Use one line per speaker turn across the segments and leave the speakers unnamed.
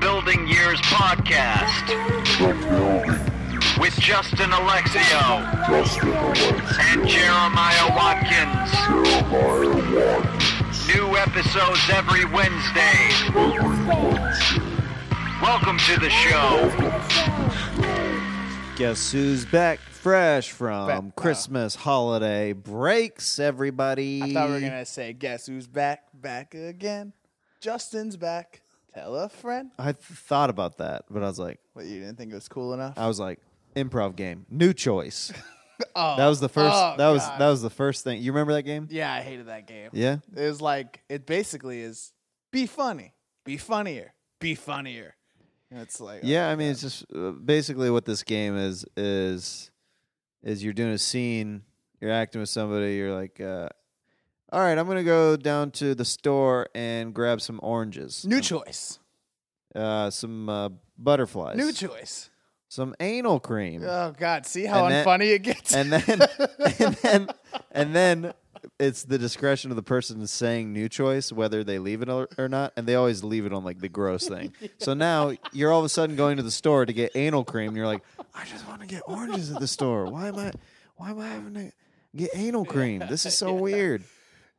Building Years podcast with Justin Alexio and Jeremiah Watkins. New episodes every Wednesday. Welcome to the show.
Guess who's back fresh from
uh,
Christmas holiday breaks, everybody?
I thought we were gonna say, guess who's back, back again? Justin's back. Tell a friend.
I th- thought about that, but I was like,
What you didn't think it was cool enough?
I was like, improv game, new choice.
Oh,
That was the first.
oh,
that was
God.
that was the first thing. You remember that game?
yeah, I hated that game.
Yeah.
It was like it basically is be funny, be funnier, be funnier. And it's like
Yeah, I mean, it's just uh, basically what this game is is is you're doing a scene, you're acting with somebody, you're like, uh, all right, I'm gonna go down to the store and grab some oranges,
new choice,
uh, some uh, butterflies,
new choice.
some anal cream,
Oh God, see how
And that-
unfunny it gets.
and then and then and then it's the discretion of the person saying new choice whether they leave it or or not, and they always leave it on like the gross thing. So now you're all of a sudden going to the store to get anal cream, and you're like, I just want to get oranges at the store. Why am I? Why am I having to get anal cream? This is so weird.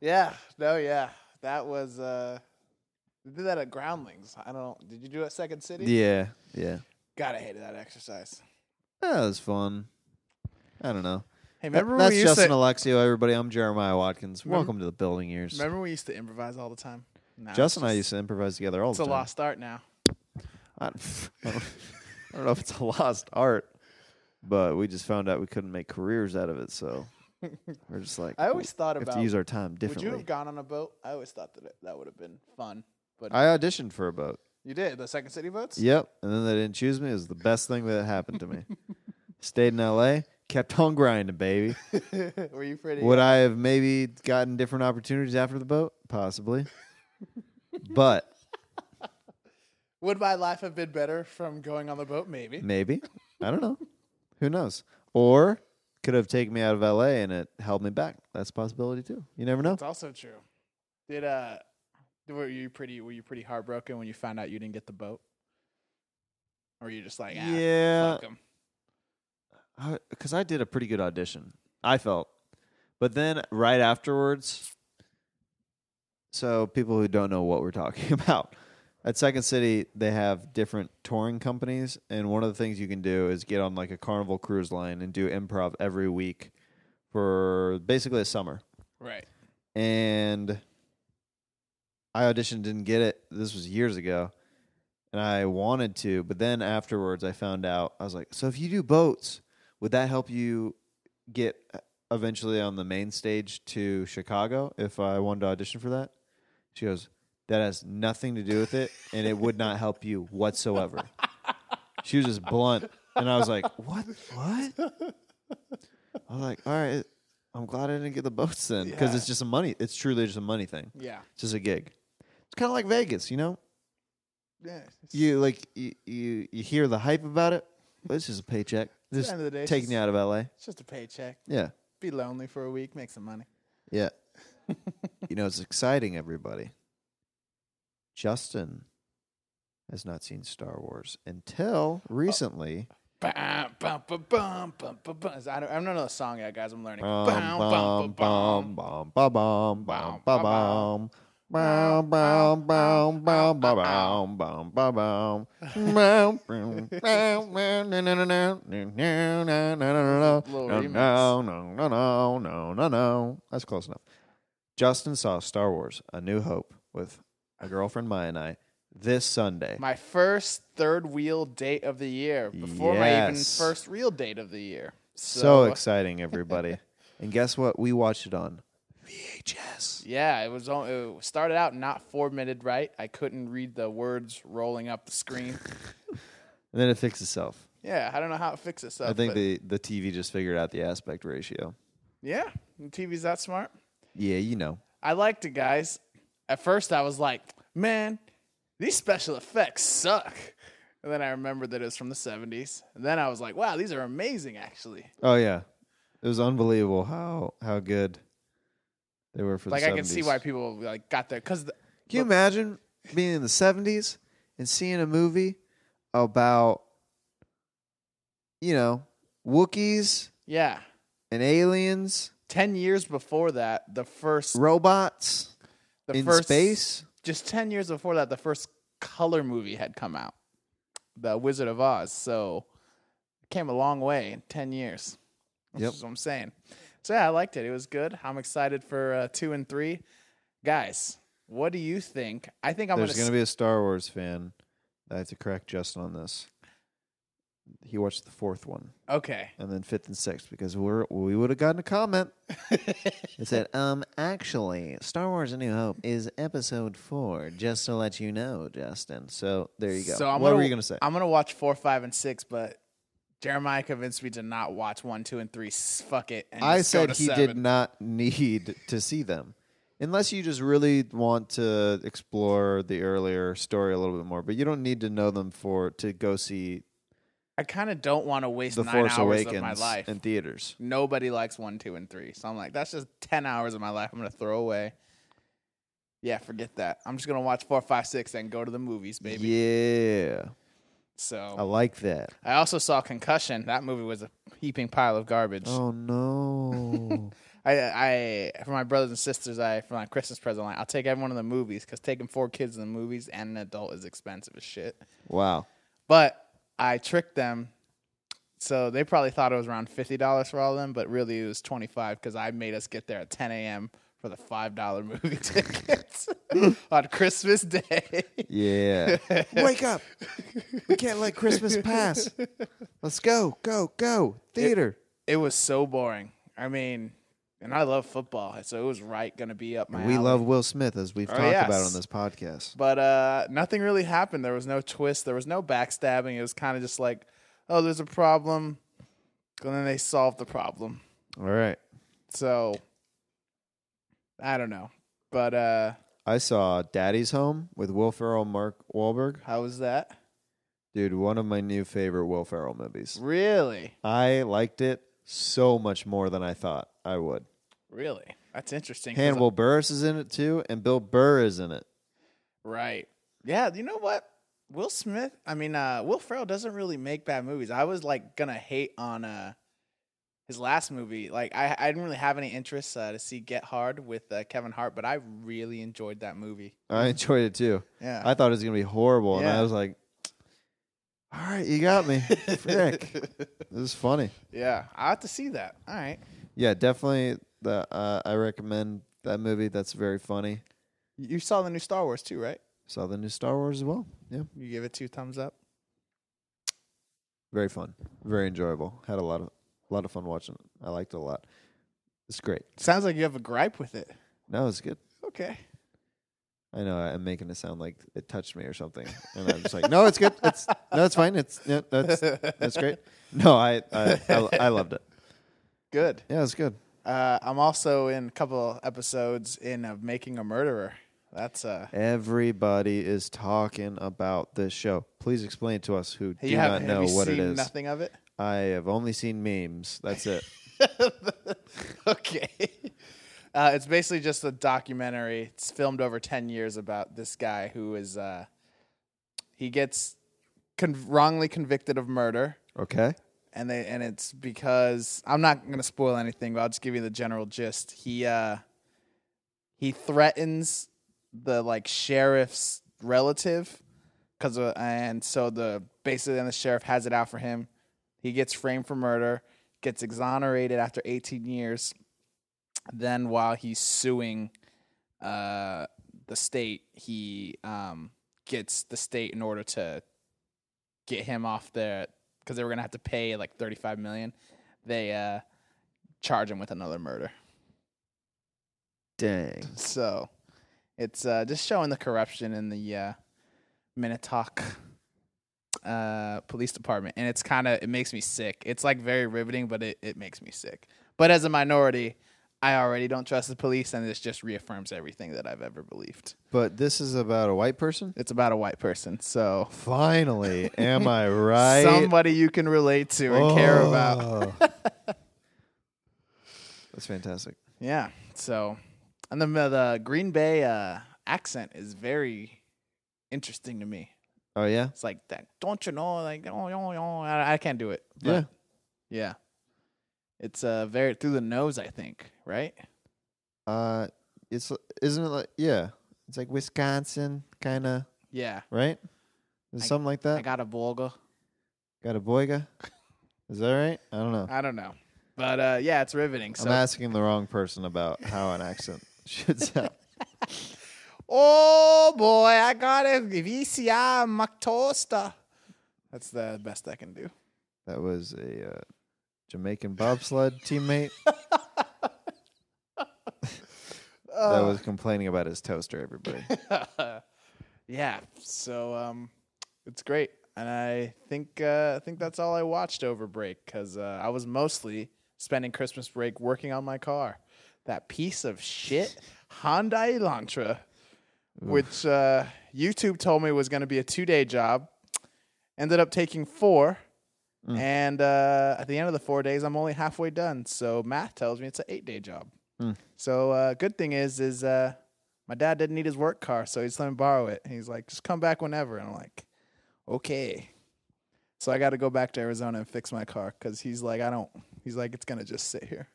yeah, no, yeah, that was. uh We did that at Groundlings. I don't. Did you do it at Second City?
Yeah, yeah.
God, I hated that exercise.
That was fun. I don't know.
Hey,
That-
remember when
That's
we used
Justin
to,
Alexio, everybody. I'm Jeremiah Watkins. Welcome to the building years.
remember when we used to improvise all the time? No,
Justin and I used to improvise together all
It's
the
a
time.
lost art now.
I don't, I don't- I don't know if it's a lost art, but we just found out we couldn't make careers out of it, so we're just like
I always
we
thought
have
about
to use our time
would you
differently.
have gone on a boat? I always thought that it, that would have been fun, but
I auditioned for a boat.
you did the Second City boats.
Yep, and then they didn't choose me. It was the best thing that happened to me. Stayed in L.A., kept on grinding, baby.
Were you pretty?
Would I have maybe gotten different opportunities after the boat? Possibly, but
Would my life have been better from going on the boat? Maybe.
maybe I don't know. Who knows? Or could have taken me out of L.A. and it held me back. That's a possibility too. You never know.
It's also true. Did uh, were you pretty? Were you pretty heartbroken when you found out you didn't get the boat? Or were you just like, ah,
Yeah.
fuck 'em?
because I did a pretty good audition, I felt. But then right afterwards, so people who don't know what we're talking about, at Second City they have different touring companies, and one of the things you can do is get on like a Carnival cruise line and do improv every week for basically a summer
right?
and I auditioned, didn't get it. This was years ago, and I wanted to, but then afterwards, I found out. I was like, so if you do boats, would that help you get uh, eventually on the main stage to Chicago? If I wanted to audition for that, she goes, that has nothing to do with it, and it would not help you whatsoever. she was just blunt, and I was like, what? What? I was like, all right. I'm glad I didn't get the boats then, because
Yeah.
it's just a money. It's truly just a money thing.
Yeah.
It's just a gig. It's kind of like Vegas, you know.
Yeah.
You like you you, you hear the hype about it. But it's just a paycheck. Just
end of the day, it's
taking you out of LA.
It's just a paycheck.
Yeah,
Be lonely for a week, make some money.
yeah. you know, it's exciting. Everybody. Justin has not seen Star Wars
Oh.
until recently.
Bum, bum, bum, bum, bum, bum, bum. I don't, I don't know the song yet, guys. I'm learning.
Bum,
Bum, bum,
bum,
bum,
bum, bum, bum, bum, bum, bum. Bum, bum, bum, bum, bum, bum, bum, bum, bum. Bum, bum, bum, bum, na, na, na, na, na, na, na, na, na, na,
Little
na,
remix.
no, no, no, no, no, no, no. That's close enough. Justin saw Star Wars: A New Hope with a girlfriend, Maya, and I this Sunday.
My first third wheel date of the year. Before my even
Yes.
first real date of the year.
So exciting, everybody! And guess what? We watched it on VHS.
Yeah, it was. on- It started out not formatted right. I couldn't read the words rolling up the screen.
And then it fixed itself.
yeah, I don't know how it fixes itself.
I think
but-
the the TV just figured out the aspect ratio.
yeah, the TV's that smart.
Yeah, you know.
I liked it, guys. At first, I was like, man, these special effects suck. And then I remembered that it was from the 70s. And then I was like, wow, these are amazing, actually.
Oh yeah, it was unbelievable how how good they were for
Like,
the.
I can see
70s.
why people like got there. Because
Can you imagine being in the seventies and seeing a movie about, you know, Wookiees
Yeah.
and aliens,
10 years before that, the first
robots
the
in
first
space.
just 10 years before that the first color movie had come out. The Wizard of Oz. So it came a long way in 10 years. That's
Yep.
what I'm saying. So yeah, I liked it. It was good. I'm excited for uh, 2 and 3. Guys, what do you think? I think I'm
There's
gonna
going to be a Star Wars fan. I have to correct Justin on this. He watched the fourth one
s- Okay.
and then fifth and sixth because we're we would have gotten a comment. It said, um, actually, Star Wars A New Hope is episode four, just to let you know, Justin. So there you go.
So I'm
what
gonna,
were you going to say?
I'm gonna watch four, five, and six, but Jeremiah convinced me to not watch one, two, and three. S- Fuck it. And
I
just go
said
to
he
seven.
did not need to see them. Unless you just really want to explore the earlier story a little bit more, but you don't need to know them for to go see
I kind of don't want to waste
The
nine
Force
hours
Awakens
of my life.
in theaters.
Nobody likes one, two, and three, so I'm like, that's just ten hours of my life I'm gonna throw away. Yeah, forget that. I'm just gonna watch four, five, six, and go to the movies, baby.
Yeah,
So
I like that.
I also saw Concussion. That movie was a heaping pile of garbage.
Oh no,
I, I for my brothers and sisters, I for my Christmas present, like, I'll take everyone to the movies because taking four kids to the movies and an adult is expensive as shit.
wow.
But I tricked them, so they probably thought it was around fifty dollars for all of them, but really it was twenty five because I made us get there at ten a.m. for the five dollar movie tickets on Christmas Day.
Yeah. Wake up. We can't let Christmas pass. Let's go, go, go. Theater.
It was so boring. I mean, and I love football, so it was right going to be up my.
we
alley.
love Will Smith as we've
Oh,
talked about
yes.
on this podcast.
But uh, nothing really happened. There was no twist. There was no backstabbing. It was kind of just like, oh, there's a problem, and then they solved the problem.
All right.
So I don't know. But uh,
I saw Daddy's Home with Will Ferrell and Mark Wahlberg.
how was that?
Dude, one of my new favorite Will Ferrell movies.
Really,
I liked it so much more than I thought I would.
really, that's interesting. 'cause-
Hannibal Burris is in it too, and Bill Burr is in it.
right? Yeah. You know what? Will Smith. I mean, uh, Will Ferrell doesn't really make bad movies. I was like gonna hate on uh, his last movie. Like, I I didn't really have any interest uh, to see Get Hard with uh, Kevin Hart, but I really enjoyed that movie.
I enjoyed it too.
Yeah.
I thought it was gonna be horrible, and I
Yeah.
was like, "All right, you got me, Frick. This is funny."
Yeah, I have to see that. All right.
Yeah, definitely. The uh, I recommend that movie. That's very funny.
You saw the new Star Wars too, right?
Saw the new Star Wars as well. Yeah,
You give it two thumbs up.
very fun, very enjoyable. Had a lot of a lot of fun watching it. I liked it a lot. It's great.
Sounds like you have a gripe with it.
No, it's good.
Okay.
I know I'm making it sound like it touched me or something, and I'm just like, "No, it's good. It's no, it's fine. It's no, that's that's great." No, I I, I I loved it.
Good.
Yeah, it's good.
Uh, I'm also in a couple episodes in of Making a Murderer. That's uh
Everybody is talking about this show. Please explain to us who do
you
not
haven't
know
have you
what
seen
it is.
nothing of it?
I have only seen memes. That's it.
okay. Uh, it's basically just a documentary. It's filmed over 10 years about this guy who is uh he gets con- wrongly convicted of murder.
Okay.
and they and it's because I'm not going to spoil anything, but I'll just give you the general gist. He uh he threatens the like sheriff's relative cuz and so the basically then the sheriff has it out for him. He gets framed for murder, gets exonerated after 18 years. Then while he's suing uh the state, he um gets the state in order to get him off the because they were gonna have to pay like 35 million they uh charge him with another murder
Dang.
so it's uh just showing the corruption in the uh minnetonka uh police department and it's kind of it makes me sick it's like very riveting but it, it makes me sick but as a minority i already don't trust the police and this just reaffirms everything that i've ever believed
But this is about a white person?
it's about a white person so
Finally, am I right? Oh.
somebody you can relate to and care about
about. That's fantastic.
Yeah. So, and the the Green Bay uh, accent is very interesting to me.
Oh yeah.
It's like that. Don't you know? Like, oh, oh, oh. I, I can't do it. But,
Yeah.
yeah. It's uh very through the nose, I think. Right?
Uh, it's isn't it like yeah? It's like Wisconsin, kind of
Yeah.
right? Is it
I-
something like
I
that?
got a Volga.
Got a boyga? Is that right? I don't know.
I don't know, but uh yeah, it's riveting. So,
I'm asking the wrong person about how an accent should sound.
oh boy, I got a VCI Mactosta. That's the best I can do.
That was a uh, Jamaican bobsled teammate that was complaining about his toaster. Everybody,
yeah. So um, it's great, and I think uh, I think that's all I watched over break because uh, I was mostly spending Christmas break working on my car, that piece of shit Hyundai Elantra, which uh, YouTube told me was going to be a two day job, ended up taking four. And uh, at the end of the four days, I'm only halfway done. So math tells me it's an eight day job. So uh, good thing is, is uh, my dad didn't need his work car, so he just let me borrow it. He's like, just come back whenever. And I'm like, okay. So I got to go back to Arizona and fix my car because he's like, I don't. He's like, it's gonna just sit here.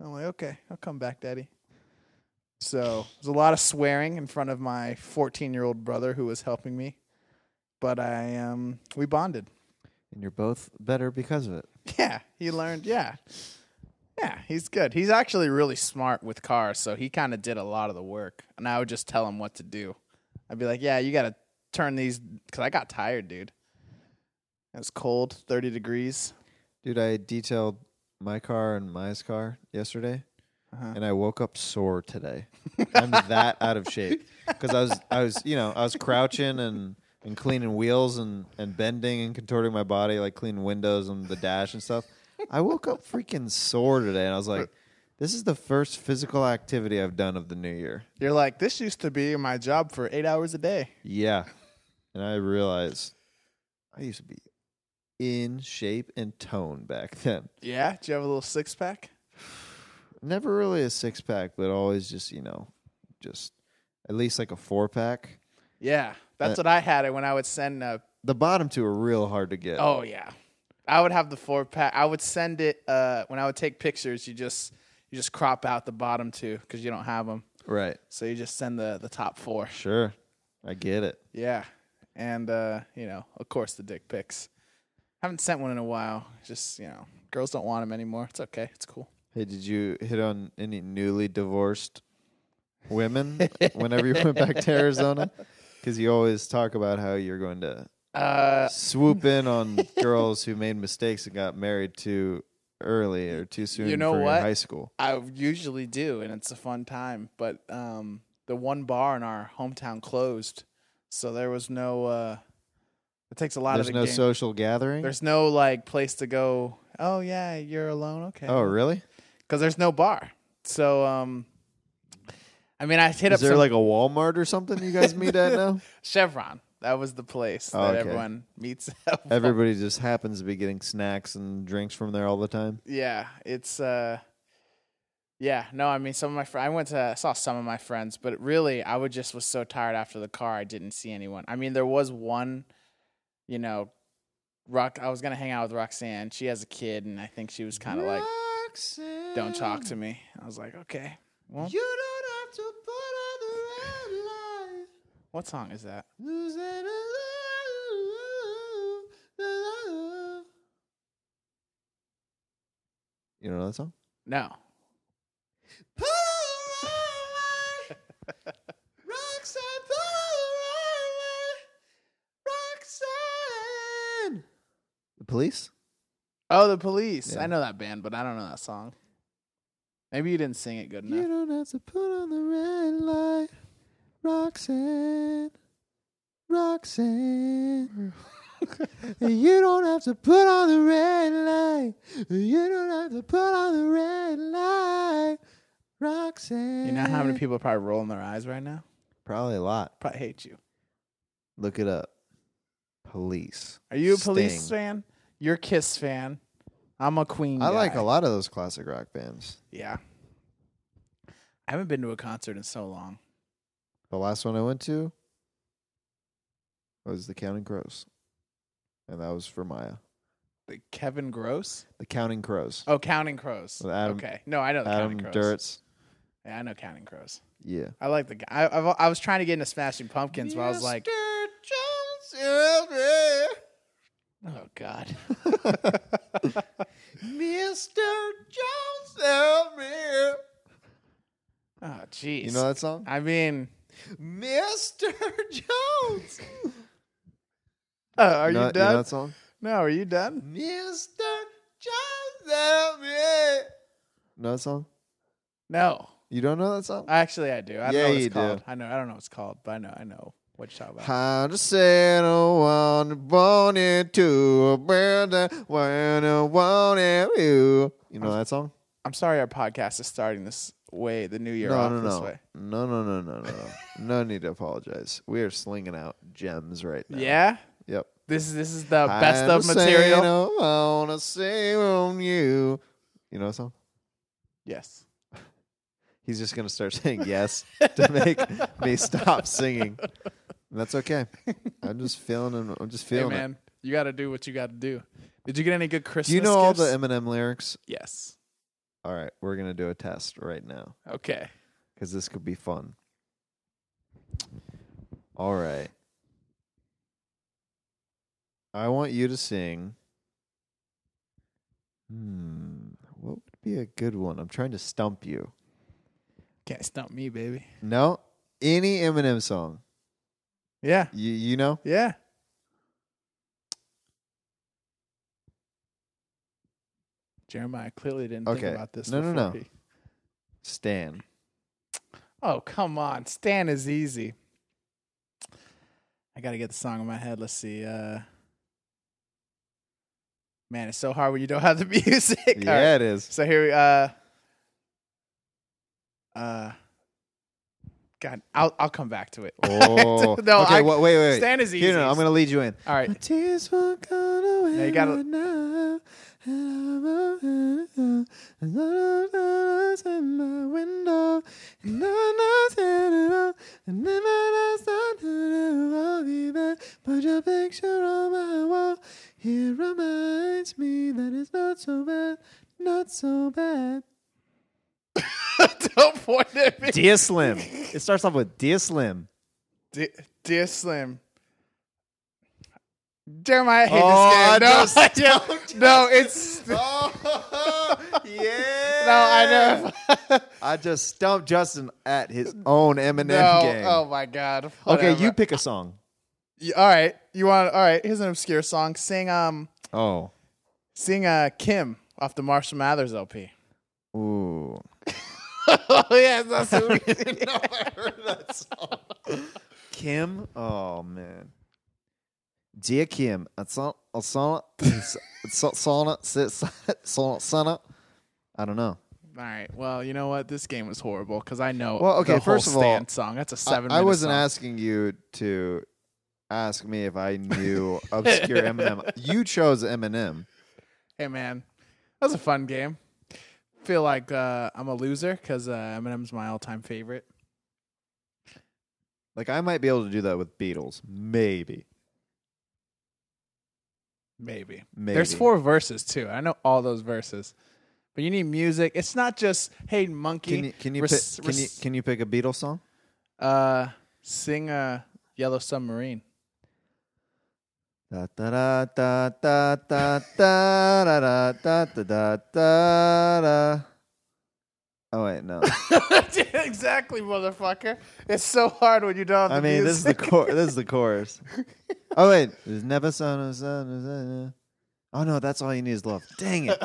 I'm like, okay, I'll come back, daddy. So there's a lot of swearing in front of my 14 year old brother who was helping me, but I um we bonded.
and you're both better because of it.
Yeah, he learned. Yeah, yeah, he's good. He's actually really smart with cars, so he kind of did a lot of the work. And I would just tell him what to do. I'd be like, "Yeah, you got to turn these," because I got tired, dude. It was cold, thirty degrees.
Dude, I detailed my car and Maya's car yesterday, and I woke up sore today. I'm that out of shape because I was, I was, you know, I was crouching and and cleaning wheels and and bending and contorting my body, like cleaning windows and the dash and stuff. I woke up freaking sore today, and I was like, "This is the first physical activity I've done of the new year."
You're like, "This used to be my job for eight hours a day."
Yeah, and I realized I used to be in shape and tone back then.
Yeah, do you have a little six pack?
never really a six pack, but always just you know, just at least like a four pack.
Yeah, that's what I had when I would send a
The bottom two are real hard to get.
Oh yeah, I would have the four pack. I would send it uh, when I would take pictures. You just you just crop out the bottom two because you don't have them,
right,
so you just send the the top four.
sure, I get it.
Yeah, and uh, you know, of course, the dick pics. Haven't sent one in a while. Just you know, girls don't want them anymore. It's okay. It's cool.
Hey, did you hit on any newly divorced women whenever you went back to Arizona? Because you always talk about how you're going to
Uh,
swoop in on girls who made mistakes and got married too early or too soon
You know
for your
what?
high school.
I usually do, and it's a fun time. But um, the one bar in our hometown closed, so there was no. Uh, it takes a lot
There's
of the
no
game.
social gathering.
There's no like place to go. Oh yeah, you're alone. Okay.
oh, really?
because there's no bar. So um, I mean, I hit
Is
up
there
some
like a Walmart or something you guys meet at now?
Chevron. That was the place
Oh,
that
okay.
everyone meets. Up.
Everybody just happens to be getting snacks and drinks from there all the time.
yeah, it's uh, yeah. No, I mean, some of my friends. I went to I saw some of my friends, but really, I would just was so tired after the car. I didn't see anyone. I mean, there was one, you know. Rock. I was gonna hang out with Roxanne. She has a kid, and I think she was kind of like, "Don't talk to me." I was like, "Okay, well,
You don't have to put on
what song is that?"
the red light. You know that song?
No,
Roxanne, Roxanne. The police?
Oh, the police.
Yeah.
I know that band, but I don't know that song. Maybe you didn't sing it good
You
enough.
don't have to put on the red light, Roxanne. Roxanne. you don't have to put on the red light. You don't have to put on the red light, Roxanne.
You, know how many people are probably rolling their eyes right now?
Probably a lot.
Probably hate you.
Look it up. Police.
Are you a police
Sting.
fan? You're a Kiss fan. I'm a Queen.
I like
guy.
a lot of those classic rock bands.
Yeah. I haven't been to a concert in so long.
The last one I went to, was the Counting Crows, and that was for Maya.
The Kevin Gross?
The Counting Crows.
Oh, Counting Crows.
With Adam-
okay. No, I know the
Adam
Counting Crows.
Duritz.
Yeah, I know Counting Crows.
Yeah.
I like the guy. I, I've- I was trying to get into Smashing Pumpkins, but I was like, oh god.
Mr. Jones, help me.
Oh jeez.
You know that song?
I mean,
Mr. Jones.
oh, are
know, You
you
know
done?
that song?
no, are you done?
Mr. Jones, help me. Know that song?
No.
You don't know that song?
Actually, I do. I don't
Yeah,
know what it's
you do.
called. I know. I don't know what it's called, but I know. I know what you're talking about.
How to settle on born into a brother when I wanted you. You know that song?
I'm sorry, our podcast is starting this way. The new year
no,
off
no,
this
no.
way.
no, no, no, no, no, no. No need to apologize. We are slinging out gems right now.
Yeah.
Yep.
This is this is the best of material.
I wanna say on you. You know that song?
Yes.
He's just gonna start saying yes to make me stop singing. And that's okay. I'm just feeling. him- I'm just
Hey
feeling it.
man, you got to do what you got to do. Did you get any good Christmas?
Do you know all the
gifts?
Eminem lyrics?
Yes.
All right, we're gonna do a test right now
Okay.
because this could be fun. All right. I want you to sing. Hmm, what would be a good one? I'm trying to stump you.
Can't stump me, baby.
No, any Eminem song.
Yeah.
You you know?
Yeah. Jeremiah clearly didn't
Okay.
think about this.
No, no,
before
no.
he-
Stan.
Oh, come on. Stan is easy. I got to get the song in my head. Let's see. Uh Man, it's so hard when you don't have the music. All right.
Yeah, it is.
So here we uh uh God, I'll I'll come back to it.
Oh,
No,
okay.
I-
wa- wait, wait, wait.
Stan is easy.
Here, no, I'm gonna lead you in.
All right.
My tears won't gone away
No, you gotta-
right now. And the lights in my window. And the lights in it all. And then I start to love you back. Put your picture on my wall. It reminds me that it's not so bad, not so bad.
Don't point at me.
Dear Slim. It starts off with Dear Slim.
D- Dear Slim. Jeremiah, I hate
Oh, I
this
just-
game. No, I don't. no, it's no,
Oh, yeah.
I know.
I just stumped Justin at his own Eminem
no,
game.
oh my God.
okay, you
Whatever.
pick a song.
You- All right, you want? All right, here's an obscure song. Sing, um,
Oh.
sing, uh, Kim off the Marshall Mathers LP.
Ooh.
oh yeah, that's so easy.
I heard that song. Kim? Oh, man. Dear Kim, I saw I saw it. saw it, saw it, saw it. I don't know.
All right. Well, you know what? This game was horrible because I know.
Well, okay,
The
first of
whole
all,
Stan song. That's a seven.
I, I
minute
wasn't
song.
asking you to ask me if I knew obscure Eminem. You chose Eminem.
Hey man, that was a fun game. Feel like uh, I'm a loser because uh, Eminem's my all-time favorite.
Like I might be able to do that with Beatles, maybe.
Maybe.
Maybe
There's four verses too. I know all those verses, but you need music. It's not just hey monkey.
Can you can you
res-
pick, can you
res-
can you pick a Beatles song?
uh sing uh, Yellow Submarine?
Da da da da da da da da da da da da da da. Oh wait, no.
exactly, motherfucker. It's so hard when you don't. Have
I
the
mean, this is the
music.
cor- this is the chorus. Oh wait, there's never sun, sun, sun. Oh no, that's all you need is love. Dang it.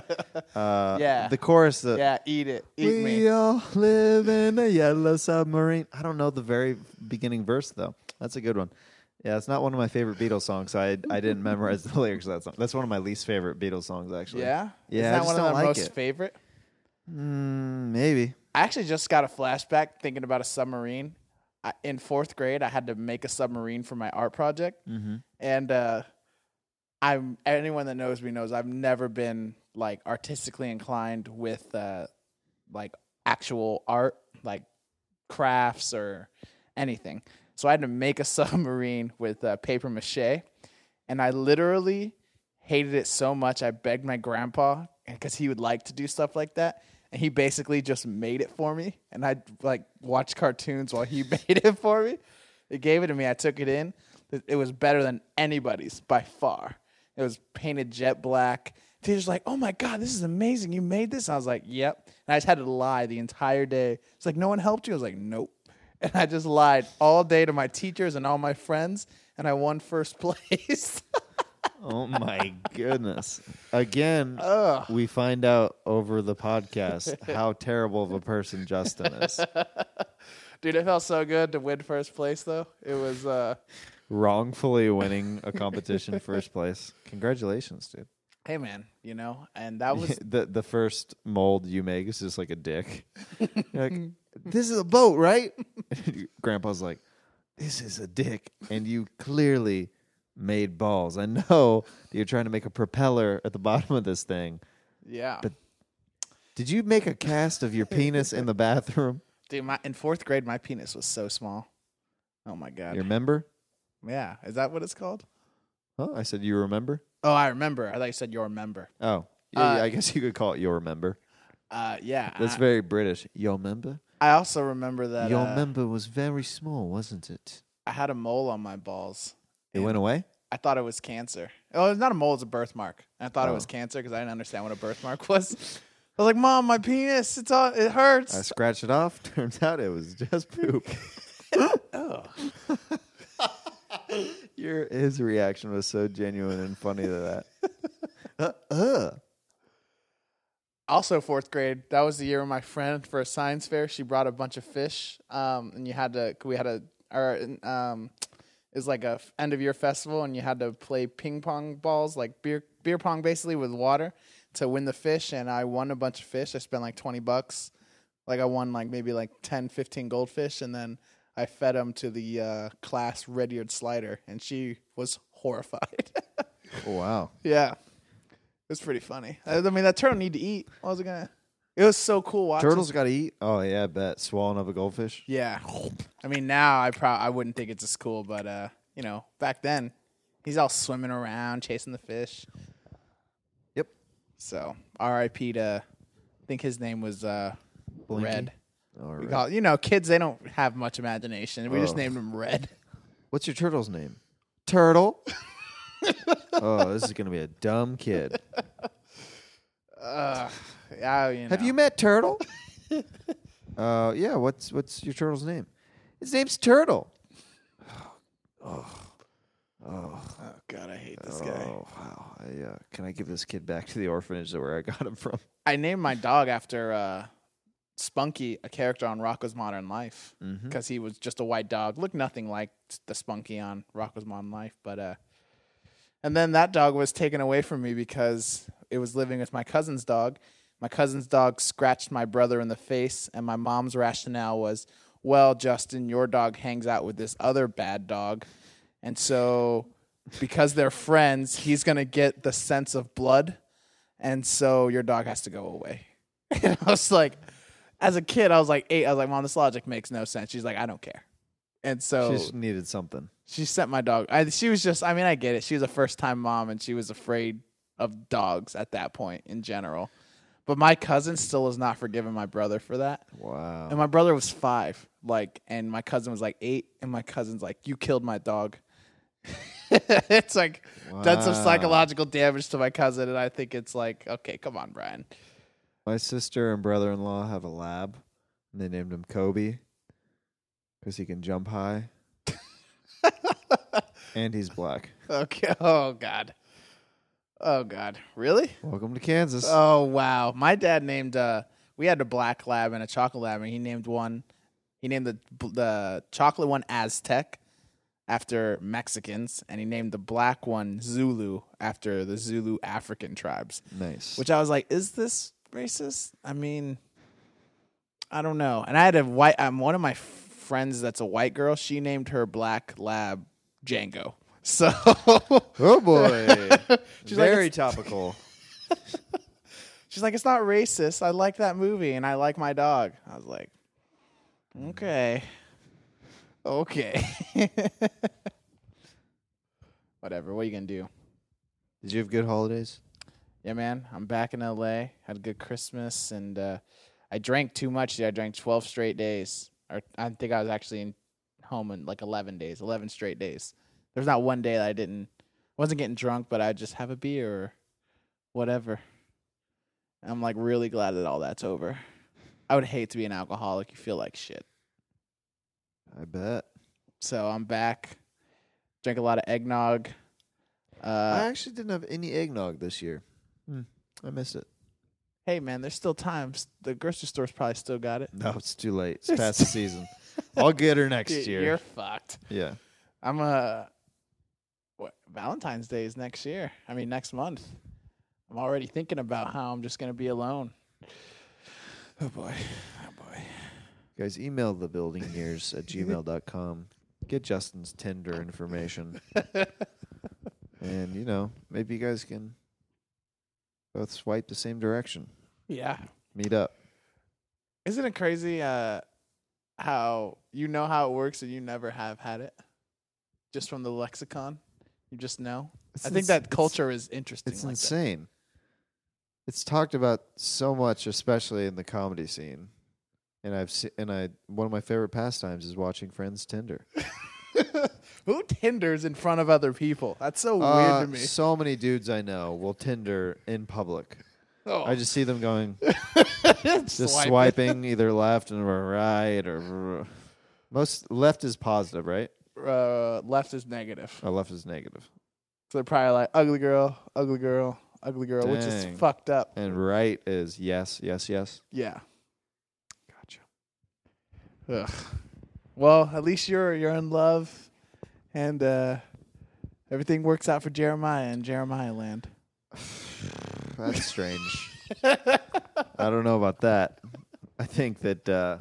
Uh,
Yeah.
The chorus. The,
yeah. Eat it. Eat
we
me.
all live in a yellow submarine. I don't know the very beginning verse though. That's a good one. Yeah, it's not one of my favorite Beatles songs. So I I didn't memorize the lyrics of that song. That's one of my least favorite Beatles songs actually.
Yeah.
Yeah, I
Isn't that
just
one of
don't
my
like
most
it.
favorite?
Mm, maybe.
I actually just got a flashback thinking about a submarine. I, in fourth grade, I had to make a submarine for my art project,
Mhm.
and uh, I'm anyone that knows me knows I've never been like artistically inclined with uh, like actual art, like crafts or anything. So I had to make a submarine with uh, paper mache, and I literally hated it so much. I begged my grandpa because he would like to do stuff like that, and he basically just made it for me. And I like watched cartoons while he made it for me. They gave it to me. I took it in. It- It was better than anybody's by far. It was painted jet black. Teacher's like, "Oh my god, this is amazing! You made this." And I was like, "Yep." And I just had to lie the entire day. It's like no one helped you. I was like, "Nope." And I just lied all day to my teachers and all my friends, and I won first place.
Oh my goodness. Again, we find out over the podcast how terrible of a person Justin is.
Dude, it felt so good to win first place, though. It was, uh,
Wrongfully winning a competition first place. Congratulations, dude.
hey man, you know. And that was
the the first mold you make is just like a dick. You're like, this is a boat, right? Grandpa's like, this is a dick, and you clearly made balls. I know that you're trying to make a propeller at the bottom of this thing.
yeah.
But- Did you make a cast of your penis in the bathroom?
Dude, my in fourth grade, my penis was so small. Oh my god.
You remember?
yeah, is that what it's called?
Huh? I said you remember.
Oh, I remember. I thought you said your member.
Oh, yeah, yeah,
Uh,
I guess you could call it your remember.
Uh, yeah.
That's
I,
very British. Your remember?
I also remember that
your
uh,
member was very small, wasn't it?
I had a mole on my balls.
It went away.
I thought it was cancer. Oh, it's not a mole; it's a birthmark. And I thought it
Oh.
was cancer because I didn't understand what a birthmark was. I was like, "Mom, my penis, it's all, it hurts."
I scratched it off. Turns out it was just poop.
oh,
Your his reaction was so genuine and funny to that. uh,
also fourth grade that was the year when my friend for a science fair she brought a bunch of fish um, and you had to we had a or um, it was like a f- end of year festival and you had to play ping pong balls like beer beer pong basically with water to win the fish and i won a bunch of fish i spent like 20 bucks like i won like maybe like 10 15 goldfish and then i fed them to the uh, class red eared slider and she was horrified
wow.
Yeah. It was pretty funny. I I mean, that turtle need to eat. What was it gonna? It was so cool watching.
Turtles got to eat. Oh yeah, I bet swallowing up a goldfish.
Yeah. I mean, now I probably I wouldn't think it's as cool, but uh, you know, back then, he's all swimming around chasing the fish.
Yep.
So R.I.P. to. I think his name was uh,
Blinky?
Red.
All
We
right.
call you know kids. They don't have much imagination. We just
Oh.
named him Red.
What's your turtle's name? Turtle. oh, this is gonna be a dumb kid.
Yeah, you know.
Have you met Turtle? uh, yeah. What's what's your turtle's name? His name's Turtle.
Oh God, I hate this guy.
Oh wow. I, uh, can I give this kid back to the orphanage that where I got him from?
I named my dog after uh, Spunky, a character on Rocko's Modern Life, because he was just a white dog, looked nothing like the Spunky on Rocko's Modern Life. But uh, and then that dog was taken away from me because it was living with my cousin's dog. My cousin's dog scratched my brother in the face, and my mom's rationale was, "Well, Justin, your dog hangs out with this other bad dog, and so." Because they're friends, he's gonna get the sense of blood and so your dog has to go away. and I was like, as a kid, I was like eight. I was like, Mom, this logic makes no sense. She's like, I don't care. And so
She just needed something.
she sent my dog. I, she was just, I mean, I get it. She was a first time mom and she was afraid of dogs at that point in general. But my cousin still is not forgiving my brother for that.
Wow.
And my brother was five, like, and my cousin was like eight, and my cousin's like, "You killed my dog." it's like done some
Wow.
psychological damage to my cousin, and I think it's like, okay, come on, Brian.
My sister and brother in law have a lab, and they named him Kobe because he can jump high. and he's black.
Okay. Oh God. Oh God. Really?
Welcome to Kansas.
Oh wow. My dad named. uh We had a black lab and a chocolate lab, and he named one. He named the the chocolate one Aztec after Mexicans, and he named the black one Zulu after the Zulu African tribes.
nice.
which I was like, is this racist? I mean, I don't know. And I had a white. Um, one of my friends that's a white girl. She named her black lab Django. So
oh boy.
She's like,
Very
"It's-"
topical.
she's like, it's not racist. I like that movie and I like my dog. I was like, okay. Okay. Whatever. What are you gonna do?
Did you have good holidays?
Yeah, man. I'm back in LA. Had a good Christmas, and uh, I drank too much. Dude. I drank 12 straight days, or I think I was actually in home in like 11 days, 11 straight days. There's not one day that I didn't wasn't getting drunk, but I just have a beer or whatever. And I'm like really glad that all that's over. I would hate to be an alcoholic. You feel like shit.
I bet.
So I'm back. Drank a lot of eggnog.
I
Uh,
actually didn't have any eggnog this year. Hmm. I missed it.
hey man, there's still times. The grocery store's probably still got it.
No, it's too late. It's past the season. I'll get her next
Dude,
year.
You're fucked.
Yeah.
I'm uh what Valentine's Day is next year. I mean next month. I'm already thinking about how I'm just gonna be alone. Oh boy. Oh boy.
Guys, email the building years at gmail.com. Get Justin's Tinder information. and, you know, maybe you guys can both swipe the same direction.
Yeah.
Meet up.
Isn't it crazy uh how you know how it works and you never have had it? Just from the lexicon? You just know? I think that culture is interesting.
It's
like that.
insane. It's talked about so much, especially in the comedy scene. And I've se- and I one of my favorite pastimes is watching friends Tinder.
Who tinders in front of other people? That's so
Uh,
weird to me.
So many dudes I know will Tinder in public.
oh.
I just see them going, just
Swipe.
swiping either left and or right or most left is positive, right?
Uh, left is negative.
Or left is negative,
So they're probably like ugly girl, ugly girl, ugly girl, which is
Dang.
fucked up.
and right is yes, yes, yes.
Yeah.
Gotcha.
Ugh. Well, at least you're you're in love, and uh, everything works out for Jeremiah in Jeremiah Land.
That's strange. I don't know about that. I think that uh,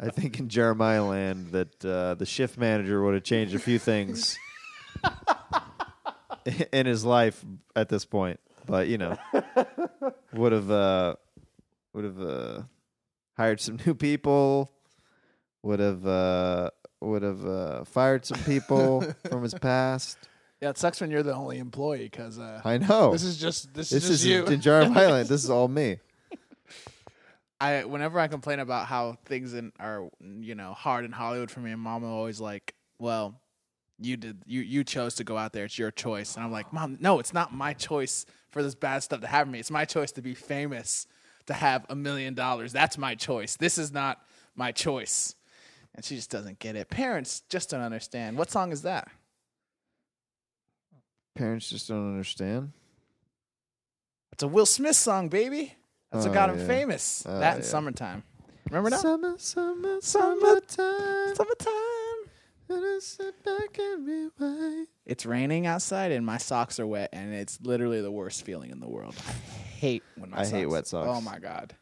I think in Jeremiah land that uh, the shift manager would have changed a few things in his life at this point, but you know, would have uh, would have uh, hired some new people, would have uh, would have uh, fired some people from his past.
Yeah, it sucks when you're the only employee because uh,
I know.
this is just this,
this
is
is
just you.
in Jeremiah land. This is all me.
I whenever I complain about how things in are you know hard in Hollywood for me, and Mama always like, well, you did you you chose to go out there. It's your choice, and I'm like, Mom, no, it's not my choice for this bad stuff to happen to me. It's my choice to be famous, to have a million dollars. That's my choice. This is not my choice. And she just doesn't get it. Parents just don't understand. What song is that?
Parents just don't understand.
It's a Will Smith song, baby. That's what
Oh,
got him
yeah.
famous.
Oh,
that and
yeah.
summertime. Remember that?
Summer, summer,
Summer-
summertime.
summertime.
Gonna sit back and rewind.
It's raining outside and my socks are wet, and it's literally the worst feeling in the world. I hate when my
I
socks.
hate wet socks.
Oh my god.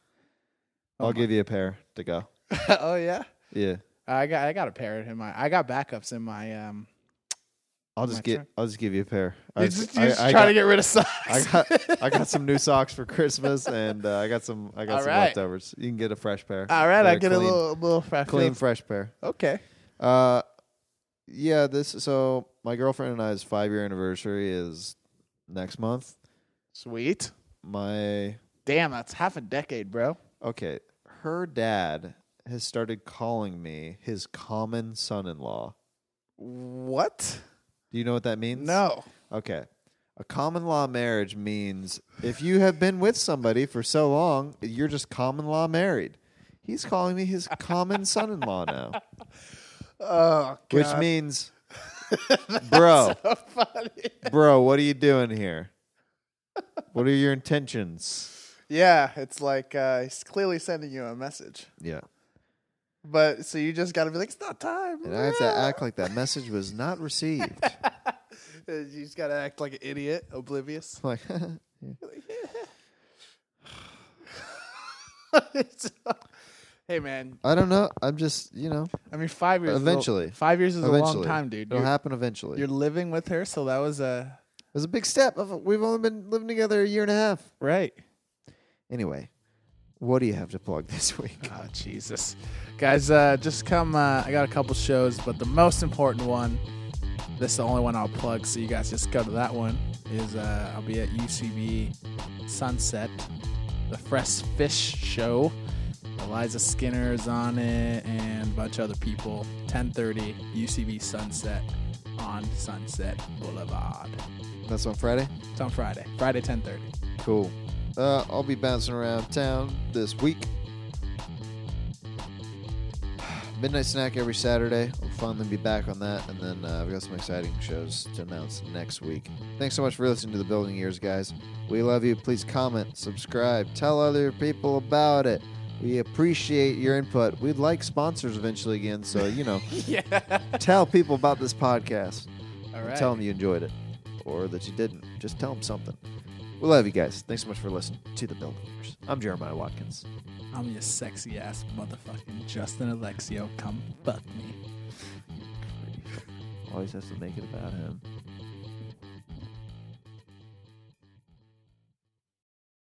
I'll give you a pair to go.
oh yeah.
Yeah,
I got I got a pair in my. I got backups in my. Um,
I'll just
My
get.
turn.
I'll just give you a pair.
you
I,
just,
I-
you just
I
trying
got,
to get rid of
I
socks.
got. I got some new socks for Christmas, and uh, I got some. I got
All
some
right.
leftovers. You can get a fresh pair.
All right, I
They're
get a
clean-
little little fresh.
clean, fresh pair.
Okay.
Uh, yeah. This. So my girlfriend and I's five year anniversary is next month.
Sweet.
My
Damn, that's half a decade, bro.
Okay, her dad has started calling me his common son-in-law.
What?
Do you know what that means?
No.
Okay. A common law marriage means if you have been with somebody for so long, you're just common law married. He's calling me his common son-in-law now,
Oh, God.
which means bro,
funny.
bro, what are you doing here? What are your intentions?
Yeah, it's like uh, he's clearly sending you a message,
Yeah.
but so you just got to be like, it's not time.
And I have to act like that message was not received.
Uh, You just gotta act like an idiot, oblivious.
Like
hey man,
I don't know. I'm just, you know,
I mean five years. is a-
Eventually.
five years is a long
Eventually.
time, dude.
It'll
You're,
happen eventually.
you're
It
living with her, so that was a
was a big step. Of, we've only been living together a year and a half.
right.
Anyway, What do you have to plug this week?
Oh, Jesus. Guys, uh, just come. Uh, I got a couple shows, but the most important one, this is the only one I'll plug, so you guys just go to that one, is uh, I'll be at UCB Sunset, the Fresh Fish Show. Eliza Skinner is on it and a bunch of other people. 10.30, UCB Sunset on Sunset Boulevard.
That's on Friday.
It's on Friday, Friday 10.30.
Cool. Uh, I'll be bouncing around town this week. Midnight snack every Saturday. I'll finally be back on that, and then uh, I've got some exciting shows to announce next week. Thanks so much for listening to the Building Years, guys. We love you. Please comment, subscribe, tell other people about it. We appreciate your input. We'd like sponsors eventually again, so you know,
Yeah.
tell people about this podcast.
All
And
right.
Tell them you enjoyed it, or that you didn't. Just tell them something. We love you guys. Thanks so much for listening to the Building Years. I'm Jeremiah Watkins.
I'm your sexy ass motherfucking Justin Alexio. Come fuck me.
Always has to make it about him.